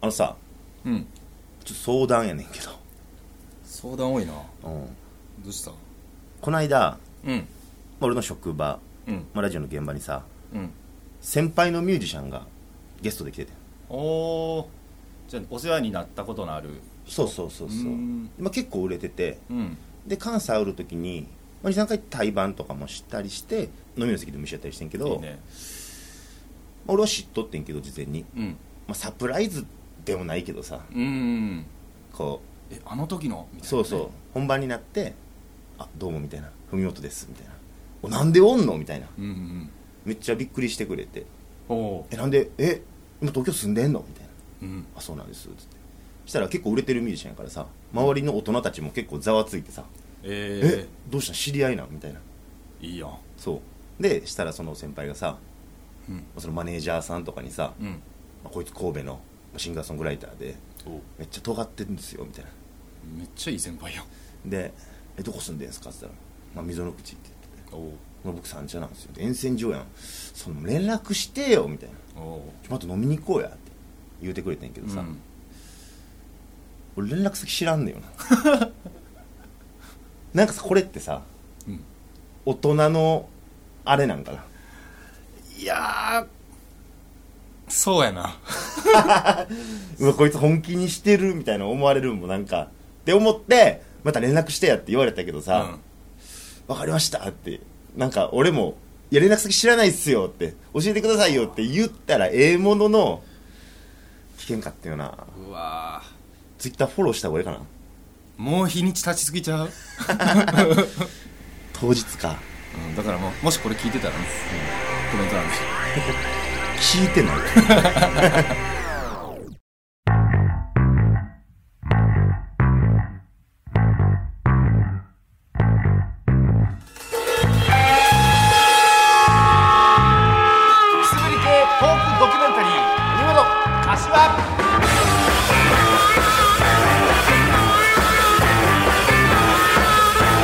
あのさうんちょっと相談やねんけど、相談多いなうん、どうしたこの間うまんあ俺の職場、うんまあラジオの現場にさうん先輩のミュージシャンがゲストで来てておおじゃあお世話になったことのあるそうそうそうそううーんまあ、結構売れててうんで関西おる時に、まあ、23回対バンとかもしたりして飲みの席でも一緒やったりしてんけどいいねまあ俺は知っとってんけど事前に、うんまあ、サプライズでもないけどさうんこえあの時のみうたいなそね、うそう本番になって「あどうも」みたいな「文元です」みたいな「おなんでおんの?」みたいなうんうんめっちゃびっくりしてくれておお「えなんでえ今東京住んでんの?」みたいなーうん「あそうなんです」っつってしたら結構売れてるミュージシャンやからさ周りの大人たちも結構ざわついてさ「ええどうしたん知り合いなん?」みたいなー、いいやんそうでしたらその先輩がさうんそのマネージャーさんとかにさ、うんまあこいつ神戸のシンガーソングライターでおめっちゃ尖ってるんですよみたいなめっちゃいい先輩やんで「えどこ住んでんすか?」って言ったら「まあ、溝の口」って言っておお「僕三茶なんですよ」で「沿線上やんその連絡してよ」みたいな「おおちょまた飲みに行こうや」って言うてくれてんけどさ、うん俺連絡先知らんねんよな なんかさこれってさうん大人のあれなんかないやーそうやなうわこいつ本気にしてるみたいな思われるんもなんかって思ってまた連絡してやって言われたけどさ、分かりましたってなんか俺も「いや連絡先知らないっすよ」って「教えてくださいよ」って言ったらええものの危険かったよなうん、うわーツイッターフォローした方がいいかなもう日にち経ちすぎちゃう、当日かうん、だからもうもしこれ聞いてたらね、コメント欄で聞いてないくすぶり系トークドキュメンタリー「何者柏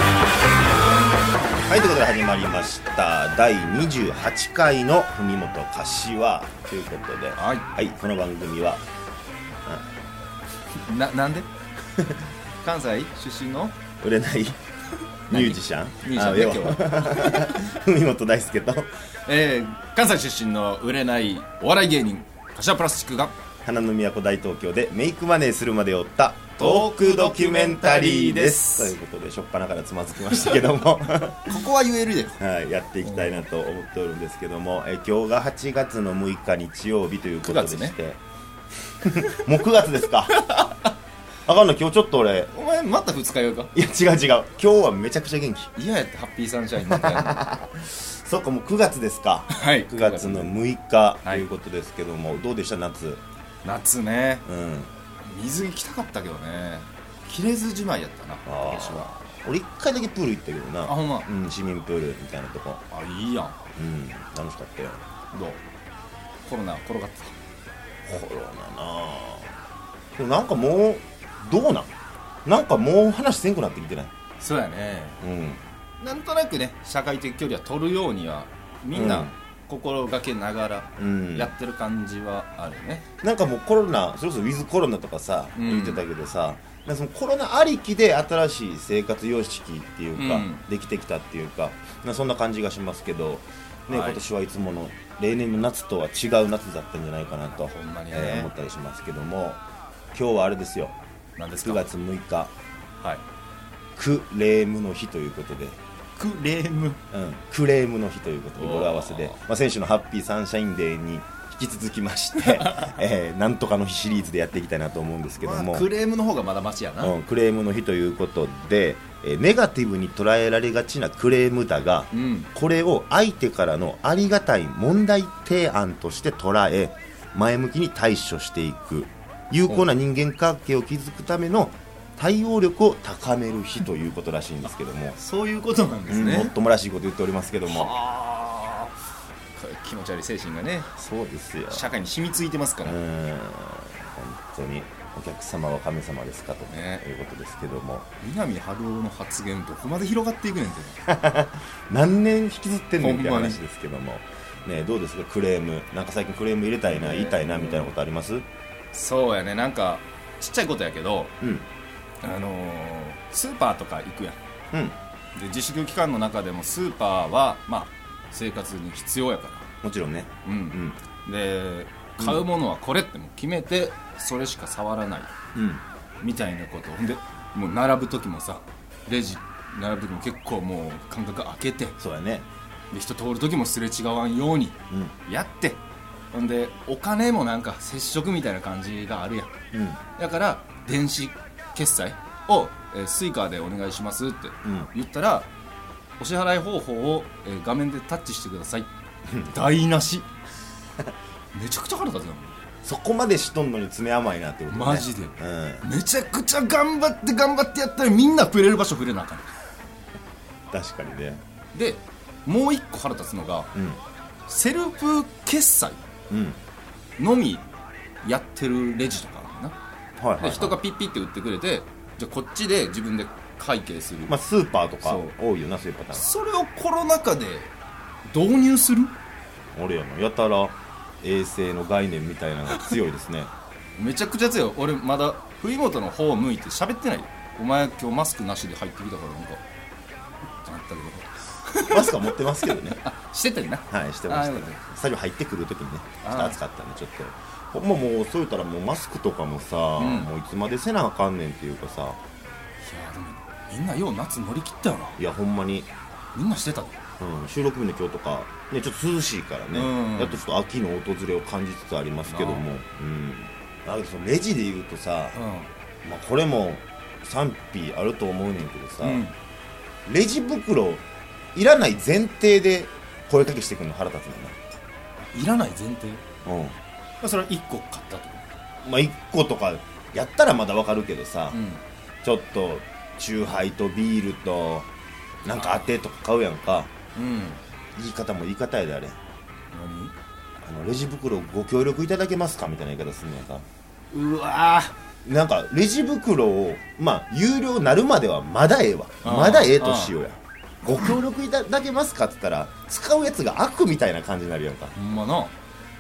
はいということで始まりました第28回の「文元柏」ということでは、はいこの番組はい」ななんで 関西出身の売れないミュージシャンミュージシャンねあ要は文元大輔とえー、関西出身の売れないお笑い芸人柏プラスチックが花の都大東京でメイクマネーするまで追ったトークドキュメンタリーですということでしょっぱなからつまずきましたけども、 はここは言えるでい、やっていきたいなと思っておるんですけどもえ今日が8月の6日日曜日ということでして九月 もう9月です かあかんの今日ちょっと俺お前また二日酔いかいや違う違う今日はめちゃくちゃ元気嫌やってハッピーサンシャインみた いなそっかもう9月です かはい9月の6日とはいいうことですけども、どうでした夏夏ねうん水着着たかったけどね切れずじまいやったな今あ年はー俺1回だけプール行ったけどなあほんまうん、市民プールみたいなとこあいいやんうん楽しかったよどうコロナ転がってコロナなあでもなんかもうどうなんなんかもう話せんくなってきてないたそうやねうんなんとなくね社会的距離は取るようにはみんうなん心がけながらうんやってる感じはあるね、なんかもうコロナそれこそウィズコロナとかさうん言ってたけどさ、なんかそのコロナありきで新しい生活様式っていうか、うんできてきたっていうかなんかそんな感じがしますけど、ねはい今年はいつもの例年の夏とは違う夏だったんじゃないかなと、ほんまにねえー思ったりしますけども今日はあれですよなんです9か月6日はいクレームの日ということで、クレームうん、クレームの日ということでおー語呂合わせで、まあ、選手のハッピーサンシャインデーに引き続きま して、えーなんとかの日シリーズでやっていきたいなと思うんですけども、まあクレームの方がまだマシやな、うん、クレームの日ということで、えーネガティブに捉えられがちなクレームだが、うんこれを相手からのありがたい問題提案として捉え前向きに対処していく有効な人間関係を築くための対応力を高める日ということらしいんですけども、そういうことなんですうんもっね、ともらしいこと言っておりますけどもはあこれ気持ち悪い精神がねそうですよ社会に染みついてますかうら、ん本当にお客様は神様ですかと、ねいうことですけども南春夫の発言どこまで広がっていくねんて何年引きずってんねんってほんまに話ですけどもねどうですかクレームなんか最近クレーム入れたいな、ね言いたいなみたいなことありますそうやねなんかちっちゃいことやけどうんあのースーパーとか行くやんうんで自粛期間の中でもスーパーはまあ生活に必要やかもちろんねらうん、で買うものはこれってもう決めてそれしか触らないうんみたいなことほんでもう並ぶ時もさレジ並ぶ時も結構もう間隔空けてそうやねで人通る時もすれ違わんようにやって、ほんでお金もなんか接触みたいな感じがあるやんうんうんだから電子決済を、えー、スイカでお願いしますってうん言ったら、お支払い方法を、えー画面でタッチしてくだ さい台無し めちゃくちゃ腹立つなそこまでしとんのに爪甘いなってことねマジでうんめちゃくちゃ頑張って頑張ってやったらみんな触れる場所触れなあかん確かにねでもう一個腹立つのがうんセルフ決済うんのみやってるレジとかあるなはいはい、はでい、人がピッピって売ってくれてじゃあこっちで自分で会計する、まあスーパーとかそう多いよなそういうパターそれをコロナ禍で導入するン俺やなやたら衛生の概念みたいなのが強いですねめちゃくちゃ強い俺まだ冬本の方向いて喋ってないよお前今日マスクなしで入ってきたからなんかってなったけどマスクは持ってます けどねしてたよなはいしてましあたよねかっスタジオ入ってくるときにねちょあーっと暑かったんでちょっとほんまもうそう言ったらもうマスクとかもさ、んもういつまでせなあかんねんっていうかさいやでもみんなよう夏乗り切ったよないやほんまに、みんなしてたでうん、収録日の今日とかねちょっと涼しいからね、うんやっとちょっと秋の訪れを感じつつありますけどもなうんだけどそのレジで言うとさ、うまあ、これも賛否あると思うねんけどさ、ん、うん、レジ袋いらない前提で声かけしてくるの腹立つねいらない前提んなうんそれは1個買ったってこまあ1個とかやったらまだわかるけどさ、とうんちょっとチューハイとビールとなんか当てとか買うやんかうん言い方も言い方やであれ何あのレジ袋ご協力いただけますかみたいな言い方すんねやんかうわなんかレジ袋をまあ有料なるまではまだええわあーまだええとしようやご協力いただけますかって言ったら使うやつが悪みたいな感じになるやんかほんまな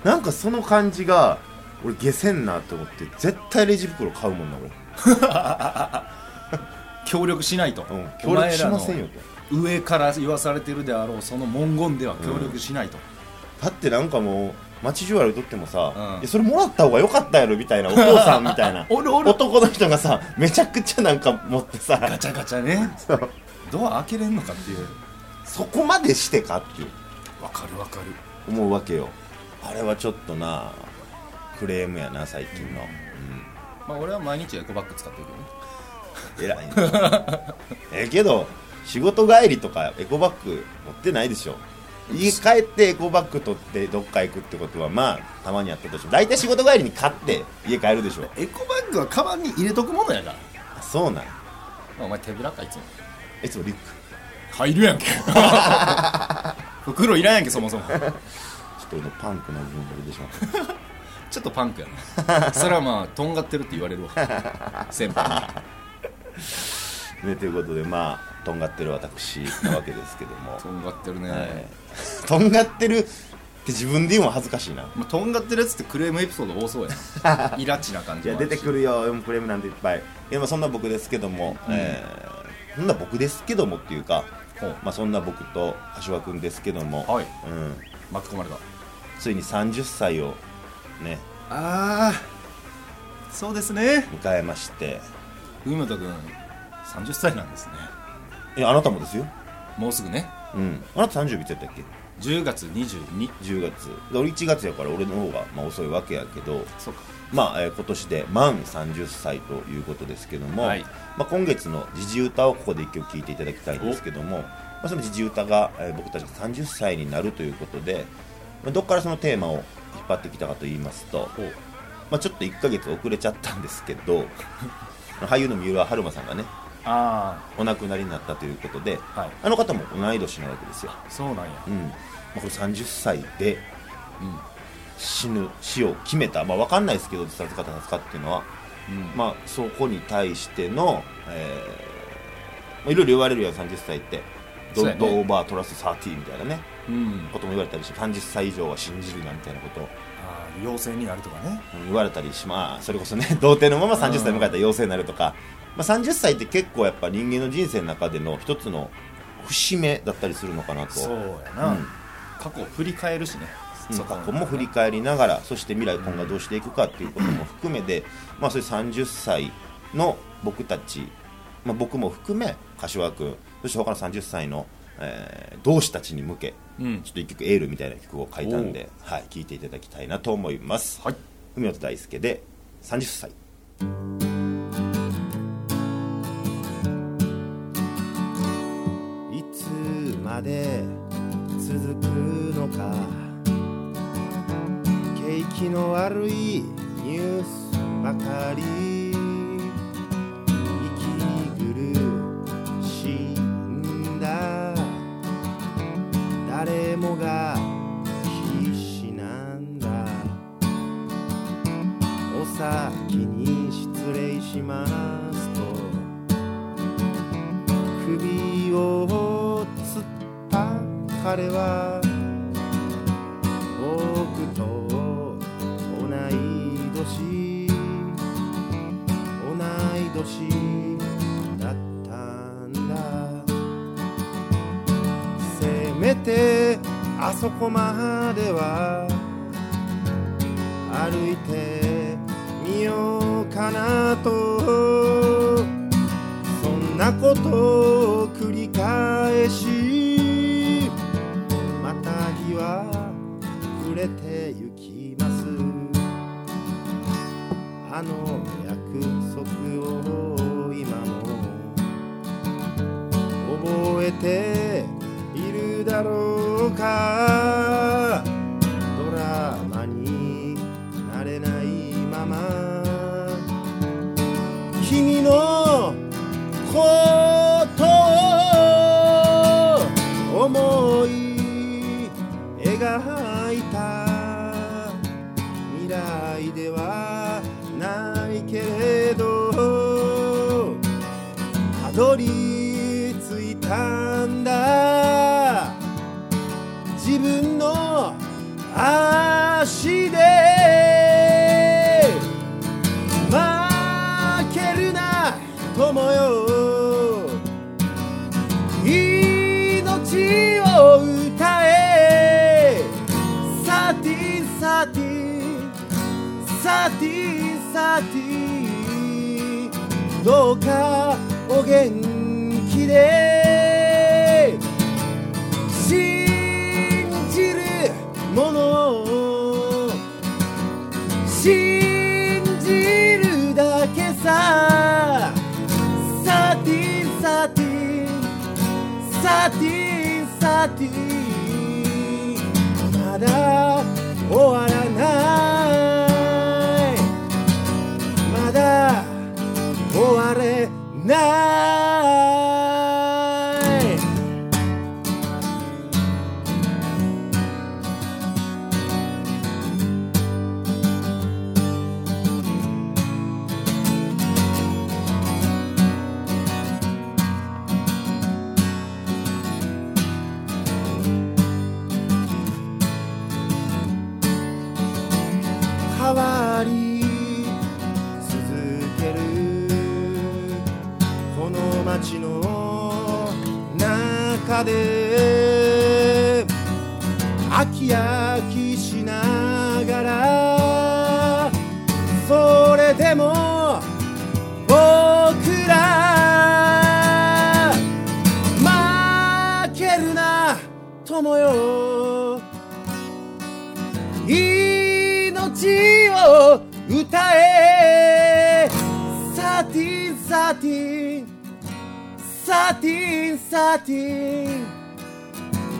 なんかその感じが俺下せんなって思って絶対レジ袋買うもんな協力しないと、俺、うん、協力しませんよお前とらの上から言わされてるであろうその文言では協力しないと、だってなんかもう街中歩いとってもさ、うんいやそれもらった方が良かったやろみた いなお父さんみたいなおるおる男の人がさめちゃくちゃなんか持ってさガチャガチャねそうドア開けれんのかっていうそこまでしてかっていうわかるわかる思うわけよあれはちょっとなクレームやな最近の、まあ俺は毎日エコバッグ使ってるうん、偉いなええけど仕事帰りとかエコバッグ持ってないでしょ家帰ってエコバッグ取ってどっか行くってことはまあたまにやったとしても大体仕事帰りに買って家帰るでしょけどねエコバッグはカバンに入れとくものやから、あそうなんお前手ぶらかいつもいつもリュック入るやんけ 袋いらんやんけそもそもちょっと俺のパンクな部分が出てしまった。ちょっとパンクやなそれはまあとんがってるって言われるわ 先輩ね、 ということで、まあ、とんがってる私なわけですけどもにと。んがってるね、えー とんがってるって自分で言うのは恥ずかしいな。まあ、とんがってるやつってクレームエピソード多そう やんイラチな感いじや、も出あるてしくるよ、4プレムなんていっぱい。いや、まあ、そんな僕ですけども、えーそんな僕ですけどもっていうか、ほうまあ、そんな僕と柏くんですけども、はいうん、巻き込まれたついに30歳をね、ああそうですね迎えまして、文本君30歳なんですねいや、あなたもですよ。もうすぐねうん。あなた30日やったっけ10月22 ?10 月。俺1月やから俺の方が、まあ、遅いわけやけど、そうかまあえー今年で満30歳ということですけども、はいまあ、今月の時事歌をここで一曲聴いていただきたいんですけども、まあ、その時事歌が、えー僕たちが30歳になるということで、まあ、どこからそのテーマを引っ張ってきたかと言いますと、まあ、ちょっと1ヶ月遅れちゃったんですけど 俳優の三浦春馬さんがねあお亡くなりになったということであはいあの方も同い年なわけですよ、そうなんやうんまあ、これ30歳でうん死ぬ死を決めた、まあ、分かんないですけど自殺か他殺かっていうのは。うんまあ、そこに対しての、えーまあ、いろいろ言われるやん30歳ってドそうッやねトオーバートラスト30みたいなねうんことも言われたりして30歳以上は信じるなみたいなことをあー妖精になるとかね言われたりしまあそれこそね 童貞のまま30歳迎えたら妖精になるとか、まあ、30歳って結構やっぱ人間の人生の中での一つの節目だったりするのかなとそうやな、うん過去を振り返るしね、うんそこ過去も振り返りながらそして未来今後どうしていくかっていうことも含めて、まあ、そういう30歳の僕たち、まあ、僕も含め柏君そして他の30歳の、えー同志たちに向けうんちょっと一曲エールみたいな曲を書いたんで、はい、聴いていただきたいなと思います。はい海本大輔で30歳いつまで続くのか景気の悪いニュースばかり息苦しんだ誰もが必死なんだお先に失礼しますと首をつった彼は僕と同い年同い年だったんだせめてあそこまでは歩いてみようかなとそんなことを繰り返しまた日は暮れてゆきますあの約束を今も覚えているだろうかドラマになれないまま君のことを思い描いた未来ではないけれどたどり着いたんだ自分の足で負けるな友よ命を歌えサティサティサティサティどうかお元気で信じるものを信じるだけさサティサティサティサティまだ終わらないまだ終われない変わり続けるこの街の中で飽き飽きしながらそれでも僕ら負けるな友よ命を歌えサティサティサティサティ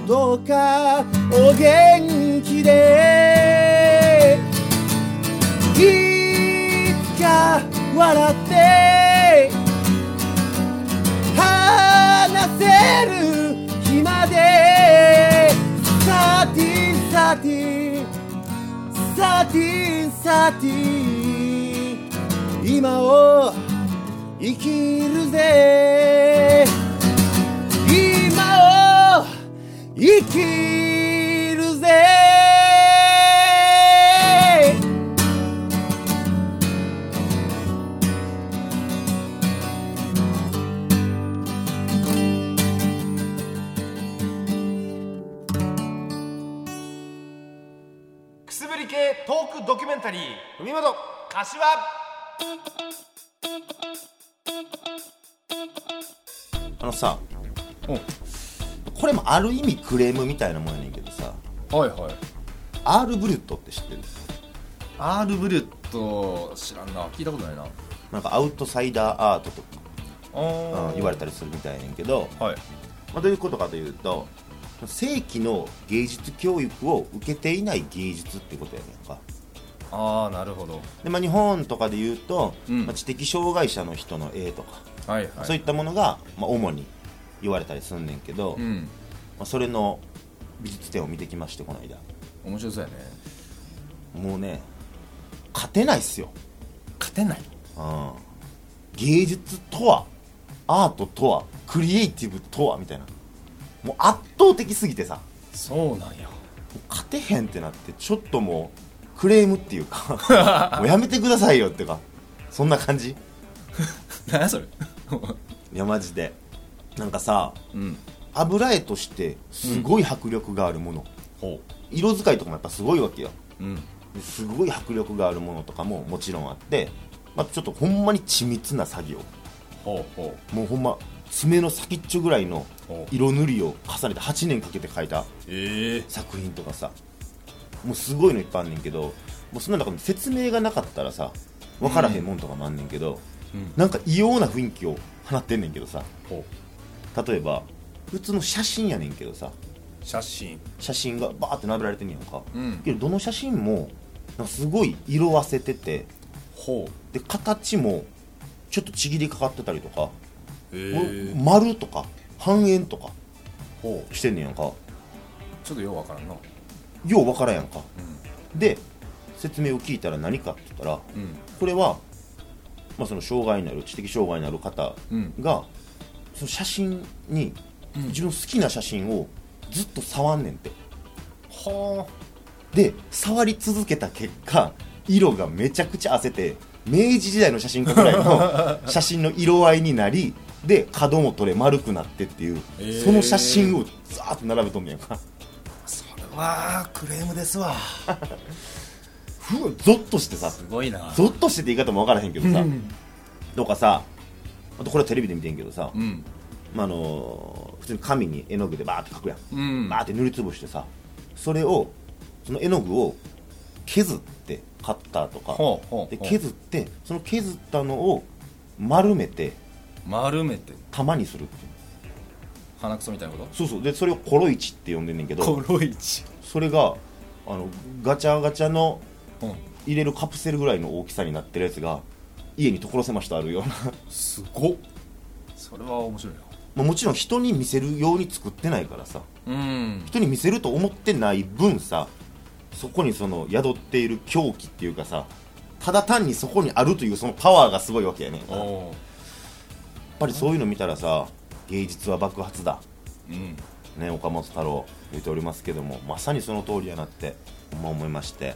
どうかお元気でいつか笑って話せる日までサティサティサティサティ今を生きるぜ今を生きる系トークドキュメンタリー海本柏あのさうこれもある意味クレームみたいなもんやねんけどさんはいはい R ブリュットって知ってる R ブリュット知らんな聞いたことないななんかアウトサイダーアートとか、あうん言われたりするみたいやねんけど、はいまあ、どういうことかというと正規の芸術教育を受けていない芸術ってことやねんかああなるほどで、まあ、日本とかで言うと、うんまあ、知的障害者の人の絵とか、はいはいそういったものが、まあ、主に言われたりすんねんけど、うまんあ、それの美術展を見てきましてこの間面白そうやねもうね勝てないっすよ、勝てないうん、芸術とはアートとはクリエイティブとはみたいなもう圧倒的すぎてさそうなんやもう勝てへんってなってちょっともうクレームっていうかもうやめてくださいよってかそんな感じい 何やそれやマジでなんかさ うん油絵としてすごい迫力があるもの、ほ色使いとかもやっぱすごいわけよううんですごい迫力があるものとかももちろんあって、まあ、ちょっとほんまに緻密な作業ほうほもうほんま爪の先っちょぐらいのほう色塗りを重ねて8年かけて描いたええ作品とかさもうすごいのいっぱいあんねんけどもうそんな中に説明がなかったらさ分からへんもんとかもあんねんけど、うんなんか異様な雰囲気を放ってんねんけどさほ例えば普通の写真やねんけどさう写真写真がバーって並べられてんねやんか、うんけどどの写真もなんかすごい色あせててほで形もちょっとちぎりかかってたりとか、うええもう丸とか半円とかほうしてんねやんかちょっとようわからんなようわからんやんか、で説明を聞いたら何かって言ったら、うんこれは、まあ、その障害のある知的障害のある方うんが、その写真に、自分の好きな写真をずっと触んねんってはで触り続けた結果色がめちゃくちゃ汗て明治時代の写真家ぐらい の写真の色合いになりで角も取れ丸くなってっていう、へーその写真をザーッと並べとんねやんかあそれはクレームですわふうゾッとしてさすごいなゾッとしてって言い方も分からへんけどさ、とかさあとこれはテレビで見てんけどさ、うんまあ、あの普通に紙に絵の具でバーって描くやん、うんバーって塗りつぶしてさそれをその絵の具を削ってカッターとかほうほうでほう削ってその削ったのを丸めて丸めて玉にするっていう鼻くそみたいなこそうそうでそれをコロイチって呼んでんねんけとコどロイチそれがあのガチャガチャのうん入れるカプセルぐらいの大きさになってるやつが家に所狭しとあるようなすごっそれは面白いなまあもちろん人に見せるように作ってないからさうん人に見せると思ってない分さそこにその宿っている狂気っていうかさただ単にそこにあるというそのパワーがすごいわけやねんやっおぱりそういうの見たらさ芸術は爆発だうんね岡本太郎言っておりますけどもまさにその通りやなってほんま思いまして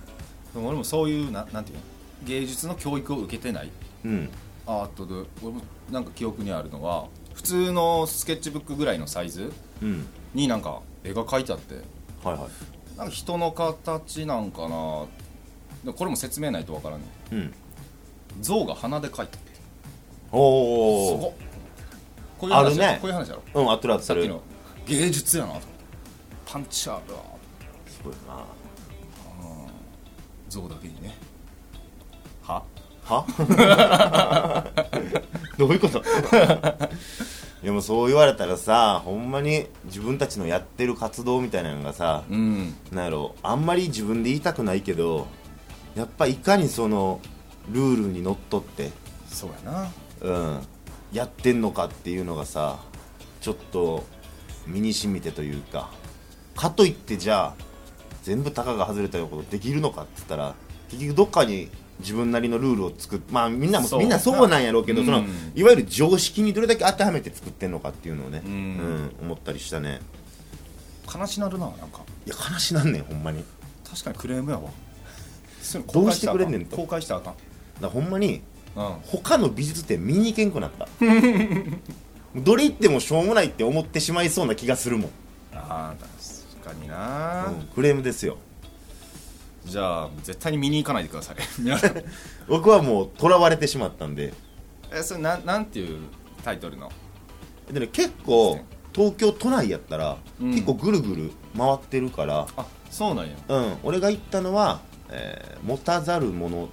でも俺もそういうななんていうの芸術の教育を受けてないうんアートで俺もなんか記憶にあるのは普通のスケッチブックぐらいのサイズうんになんか絵が描いてあってはいはいなんか人の形なんかなでもこれも説明ないとわからんねうん象が鼻で描いてあっておすごおっこういう話あるねこういう話やろうんアトラスすさっるきの芸術やなと思ってパンチあるわすごいな象だけにねはは どういうことでもそう言われたらさほんまに自分たちのやってる活動みたいなのがさ、うんなんやろあんまり自分で言いたくないけどやっぱいかにそのルールにのっとってそうやなうん、やってんのかっていうのがさちょっと身に染みてというかかといってじゃあ全部たかが外れたようなことできるのかって言ったら結局どっかに自分なりのルールを作っまあみんなもそうみんなそうなんやろうけど、うんそのいわゆる常識にどれだけ当てはめて作ってんのかっていうのをね、うんうん思ったりしたね悲しなるななんかいや悲しなんねんほんまに確かにクレームやわそういうのどう公開してくれんねんしとたらあか公開したらあかんだからほんまにうん他の美術展見に行けんくなった どれ行ってもしょうもないって思ってしまいそうな気がするもんああ確かにな、うんクレームですよじゃあ絶対に見に行かないでください皆さん僕はもう囚われてしまったんで えそれなんなんていうタイトルので、ね、結構東京都内やったら、うん結構ぐるぐる回ってるから、あそうなんやうん、俺が行ったのは、えー持たざるもの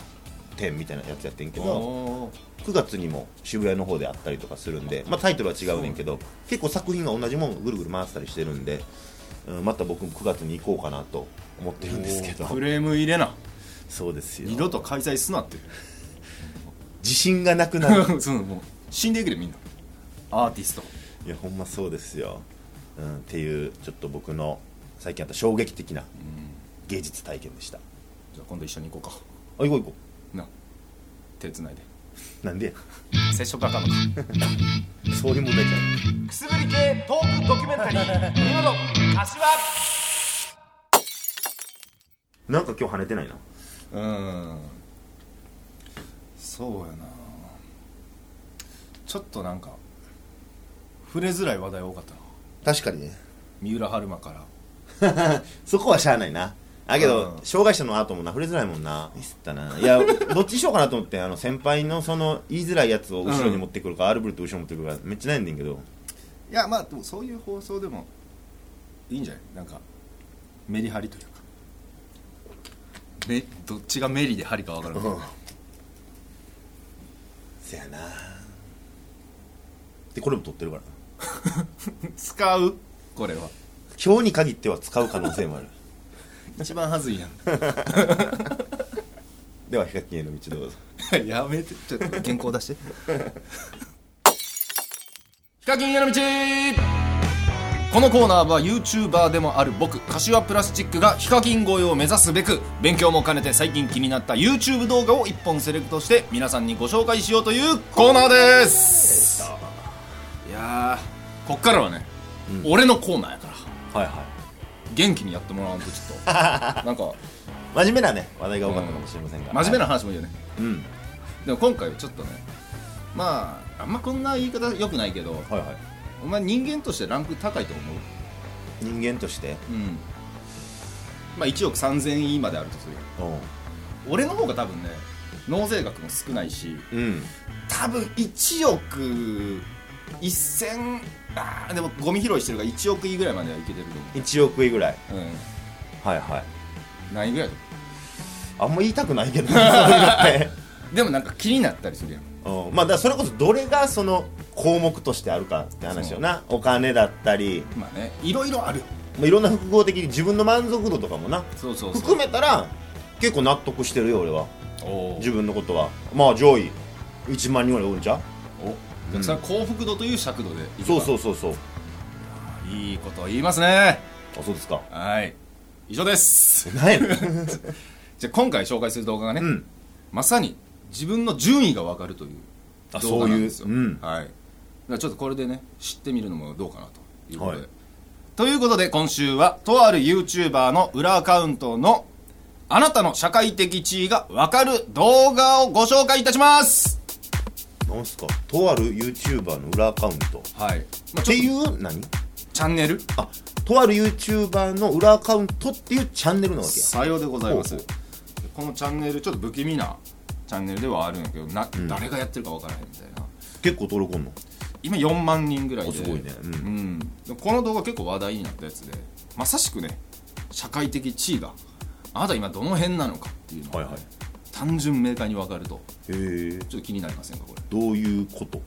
展みたいなやつやってんけどおー9月にも渋谷の方であったりとかするんで、まあ、タイトルは違うねんけど結構作品が同じものをぐるぐる回ってたりしてるんで、うん、また僕も9月に行こうかなと思ってるんですけどクレーム入れなそうですよ二度と開催すなって自信がなくなる そうもう死んでいくでみんなアーティストいやほんまそうですよ、うん、っていうちょっと僕の最近あった衝撃的な芸術体験でしたじゃあ今度一緒に行こうかあ行こう行こな手つないでうなんで接触あかんのかそういう問題じゃないくすぶり系トークドキュメンタ リー「見事柏なんか今日跳ねてないなうーんそうやなちょっとなんか触れづらい話題多かったな確かにね三浦春馬からそこはしゃあないな。あけど、うん障害者のアートもな、触れづらいもんな。ミスったな。 いや、どっちにしようかなと思って、あの、先輩のその、言いづらいやつを後ろに持ってくるか、アルブルト後ろに持ってくるか、めっちゃ悩んでんけど。いやまあでもそういう放送でもいいんじゃないなんかメリハリというかめどっちがメリでハリか分からない、せやなで、これも撮ってるからな。使うこれは今日に限っては使う可能性もあ る。一番はずいやでは、ヒカキンへの道どうぞ。ん やめてちょっと原稿出して ヒカキンへの道このコーナーは YouTuber でもある僕柏プラスチックがヒカキン越えを目指すべく勉強も兼ねて最近気になった YouTube 動画を1本セレクトして皆さんにご紹介しようというコーナーですいやーこっからはね、俺のコーナーやからはいは元気にやってもらわんとちょ っとなんかい。真面目なね、話題が多かったかもしれませんが。真面目な。な話もいいよねうん。でも今回はちょっとねまああんまこんな言い方よくないけどはいはい。お前人間としてランク高いと思う人間として、うんまあ1億3000位まであるとするよう俺の方が多分ね納税額も少ないしん。うん。多分1億1000あーでもゴミ拾いしてるから1億位ぐらいまではいけてる1億位ぐらい。と思うはいはい。うん何位ぐらいだとあんま言いたくない けど、そういうのって。思うでもなんか気になったりするやんうん、まあだからそれこそどれがその項目としてあるかって話よなお金だったり、まあねいろいろあるよまあ、いろんな複合的に自分の満足度とかもなそうそうそ含うめたら結構納得してるよ俺は お自分のことはまあ上位1万人ぐらいおるんちゃうおお客さん幸福度という尺度でいけばそうそうそうそういいこと言いますねあそうですかはい以 上です何やね んじゃあ今回紹介する動画がね、うんまさに自分の順位が分かるというあ動画なんですよそういううんはい、だからちょっとこれでね知ってみるのもどうかなということで、はいということで今週はとある YouTuber の裏アカウントのあなたの社会的地位が分かる動画をご紹介いたします何すかとある YouTuber の裏アカウントはい、まあ、っちてょっという何チャンネルあとある YouTuber の裏アカウントっていうチャンネルなわけやさようでございますほうこのチャンネルちょっと不気味なチャンネルではあるんやけどな、誰がやってるか分からへんみたいな結構登録おんの今4万人ぐらいでおすごいねううんでこの動画結構話題になったやつでまさしくね社会的地位があなた今どの辺なのかっていうのがね、はいはい単純明快に分かるとへえちょっと気になりませんかこれどういうこと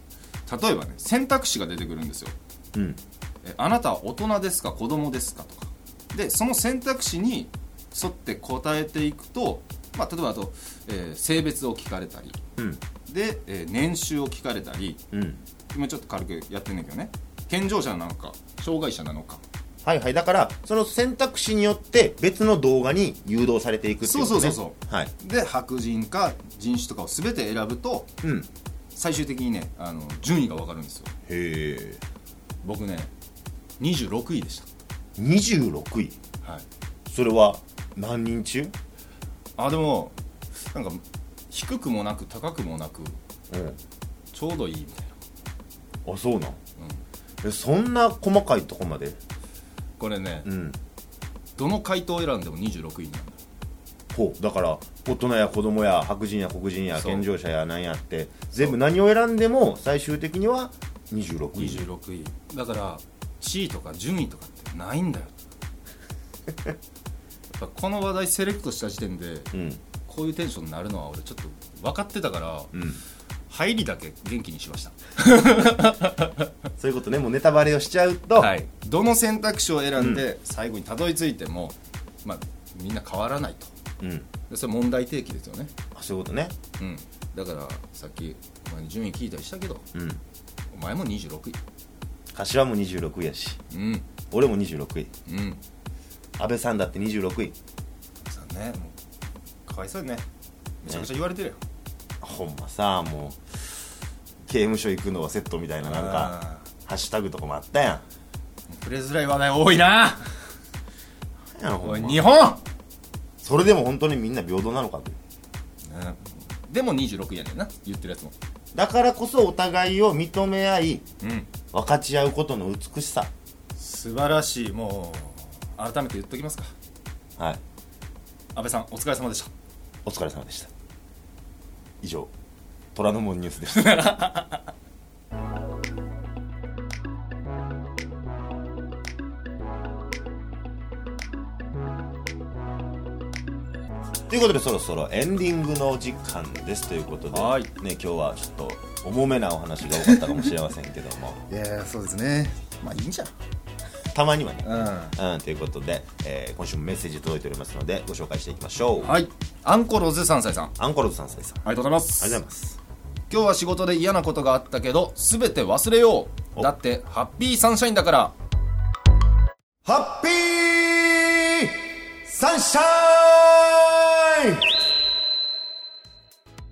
例えばね選択肢が出てくるんですようんえあなたは大人ですか子供ですかとかでその選択肢に沿って答えていくと、まあ、例えばあと、えー性別を聞かれたりうんで、えー年収を聞かれたりうん今ちょっと軽くやってんだけどね健常者なのか障害者なのかはいはいだからその選択肢によって別の動画に誘導されていくっていうこと、ね、そうそうそうはいで白人か人種とかを全て選ぶとうんへ最終的にねあの順位が分かるんですよえ僕ね26位でし26位た、はい、それは何人中あでもなんか低くもなく高くもなくうんちょうどいいみたいなあそうなん、えそんな細かいとこまでこれね、うんどの回答を選んでも26位になるんだほうだから大人や子供や白人や黒人やそう健常者やなんやって全部何を選んでも最終的には26位26位だから地位とか順位とかってないんだよやっぱこの話題セレクトした時点でうんこういうテンションになるのは俺ちょっと分かってたから、うん入りだけ元気にしましたそういうことねもうネタバレをしちゃうと、はい、どの選択肢を選んで最後にたどり着いても、まあ、みんな変わらないとうんでそれ問題提起ですよね、あそういうことねうん、だからさっきお前に順位聞いたりしたけどうんお前も26位柏も26位やしうん俺も26位うん安倍さんだって26位さあねもうかわいそうにねめちゃくちゃ言われてるよ、ほんまさもう刑務所行くのはセットみたいななんかあハッシュタグとかもあったやんー触れづらい話題多いななんやろほおいんま日本、それでも本当にみんな平等なのかというでも26位やねんな言ってるやつもだからこそお互いを認め合いうん分かち合うことの美しさ素晴らしいもう改めて言っときますかはい安倍さんお疲れ様でしたお疲れ様でした以上虎ノ門ニュースでした ということでそろそろエンディングの時間ですということで、はいね、今日はちょっと重めなお話が多かったかもしれませんけど もいやそうですねまあいいんじゃんたまにはねうんうん、ということで、えー今週もメッセージ届いておりますのでご紹介していきましょう、はい。アンコロズ3歳さん。あアンコロズさんさいさんありがとうございます。りがとうございます今日は仕事で嫌なことがあったけど、すべて忘れよう。おだって、ハッピーサンシャインだから。ハッピーサンシャ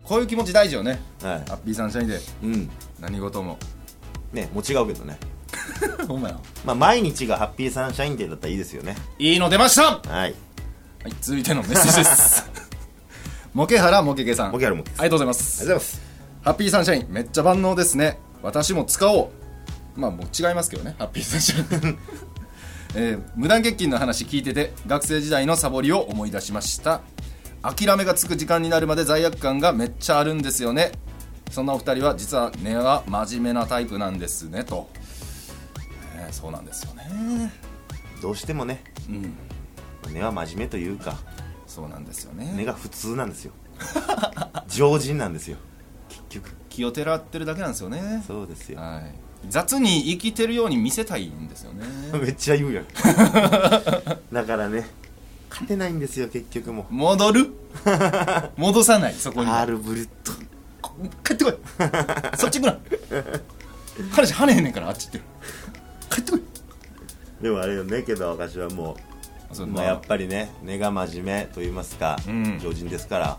こういう気持ち大事よね。インはハッピーサンシャインで、い、うん、何事 も。ねもう違うけどねほんまや。まあ毎日がハッピーサンシャインデーだったらいいですよねいいの出ましたははいい、続いてのメッセージです。 モケハラモケケさん。モケハラモケケありがとうございまがとうす。ございますハッピーサンシャイン、めっちゃ万能ですね。私も使おう。まあ、もう違いますけどね、ハッピーサンシャイン。 えー無断欠勤の話聞いてて学生時代のサボりを思い出しました諦めがつく時間になるまで罪悪感がめっちゃあるんですよねそんなお二人は実は根は真面目なタイプなんですねと、ねそうなんですよねどうしてもね、根は真面目というかそうなんですよね根が普通なんですよ常人なんですよ結局気をてらってるだけなんですよねそうですよはい雑に生きてるように見せたいんですよねめっちゃ言うやんだからね勝てないんですよ結局も戻る戻さないそこに R ブリット帰ってこいそっち行くな彼氏跳ねへんねんからあっち行って帰ってこいでもあれよねけど私はもあうそうまあ、まあやっぱりね根が真面目と言いますか、ん常人ですから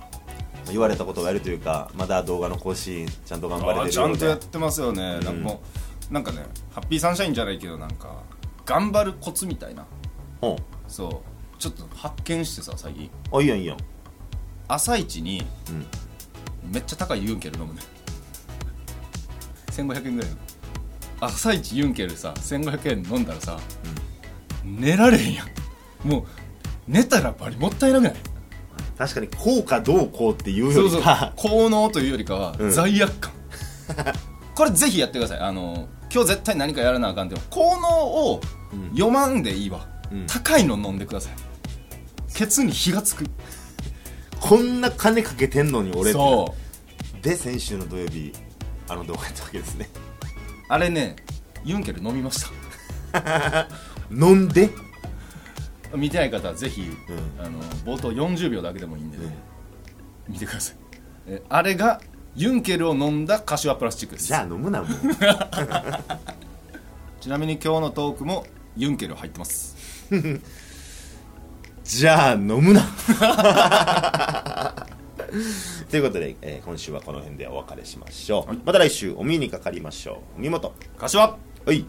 言われたことをやるというかまだ動画の更新ちゃんと頑張れてあるちゃんとやっでてますよね、なんかもうなんかねハッピーサンシャインじゃないけどなんか頑張るコツみたいなほそうちょっと発見してさ最近うあいいやんいいやん朝一に、めっちゃ高いユンケル飲むね1500円ぐらいの朝一ユンケルさ1500円飲んだらさ、寝られへんやんもう寝たらバリもったいなく ない確かにこうかどうこうっていうよそうりそうか効能というよりかはうん罪悪感、これぜひやってくださいあの今日絶対何かやらなあかんでも効能を読まんでいいわ、うん高いの飲んでくださいケツに火がつくこんな金かけてんのに俺ってそうで先週の土曜日あの動画やったわけですねあれねユンケル飲みました飲んで見てない方はぜひ、うあの冒頭40秒だけでもいいんでね、見てくださいえあれがユンケルを飲んだ柏プラスチックですじゃあ飲むなもうちなみに今日のトークもユンケル入ってますじゃあ飲 むなということで、えー今週はこの辺でお別れしましょう、また来週お見にかかりましょうお見事柏はい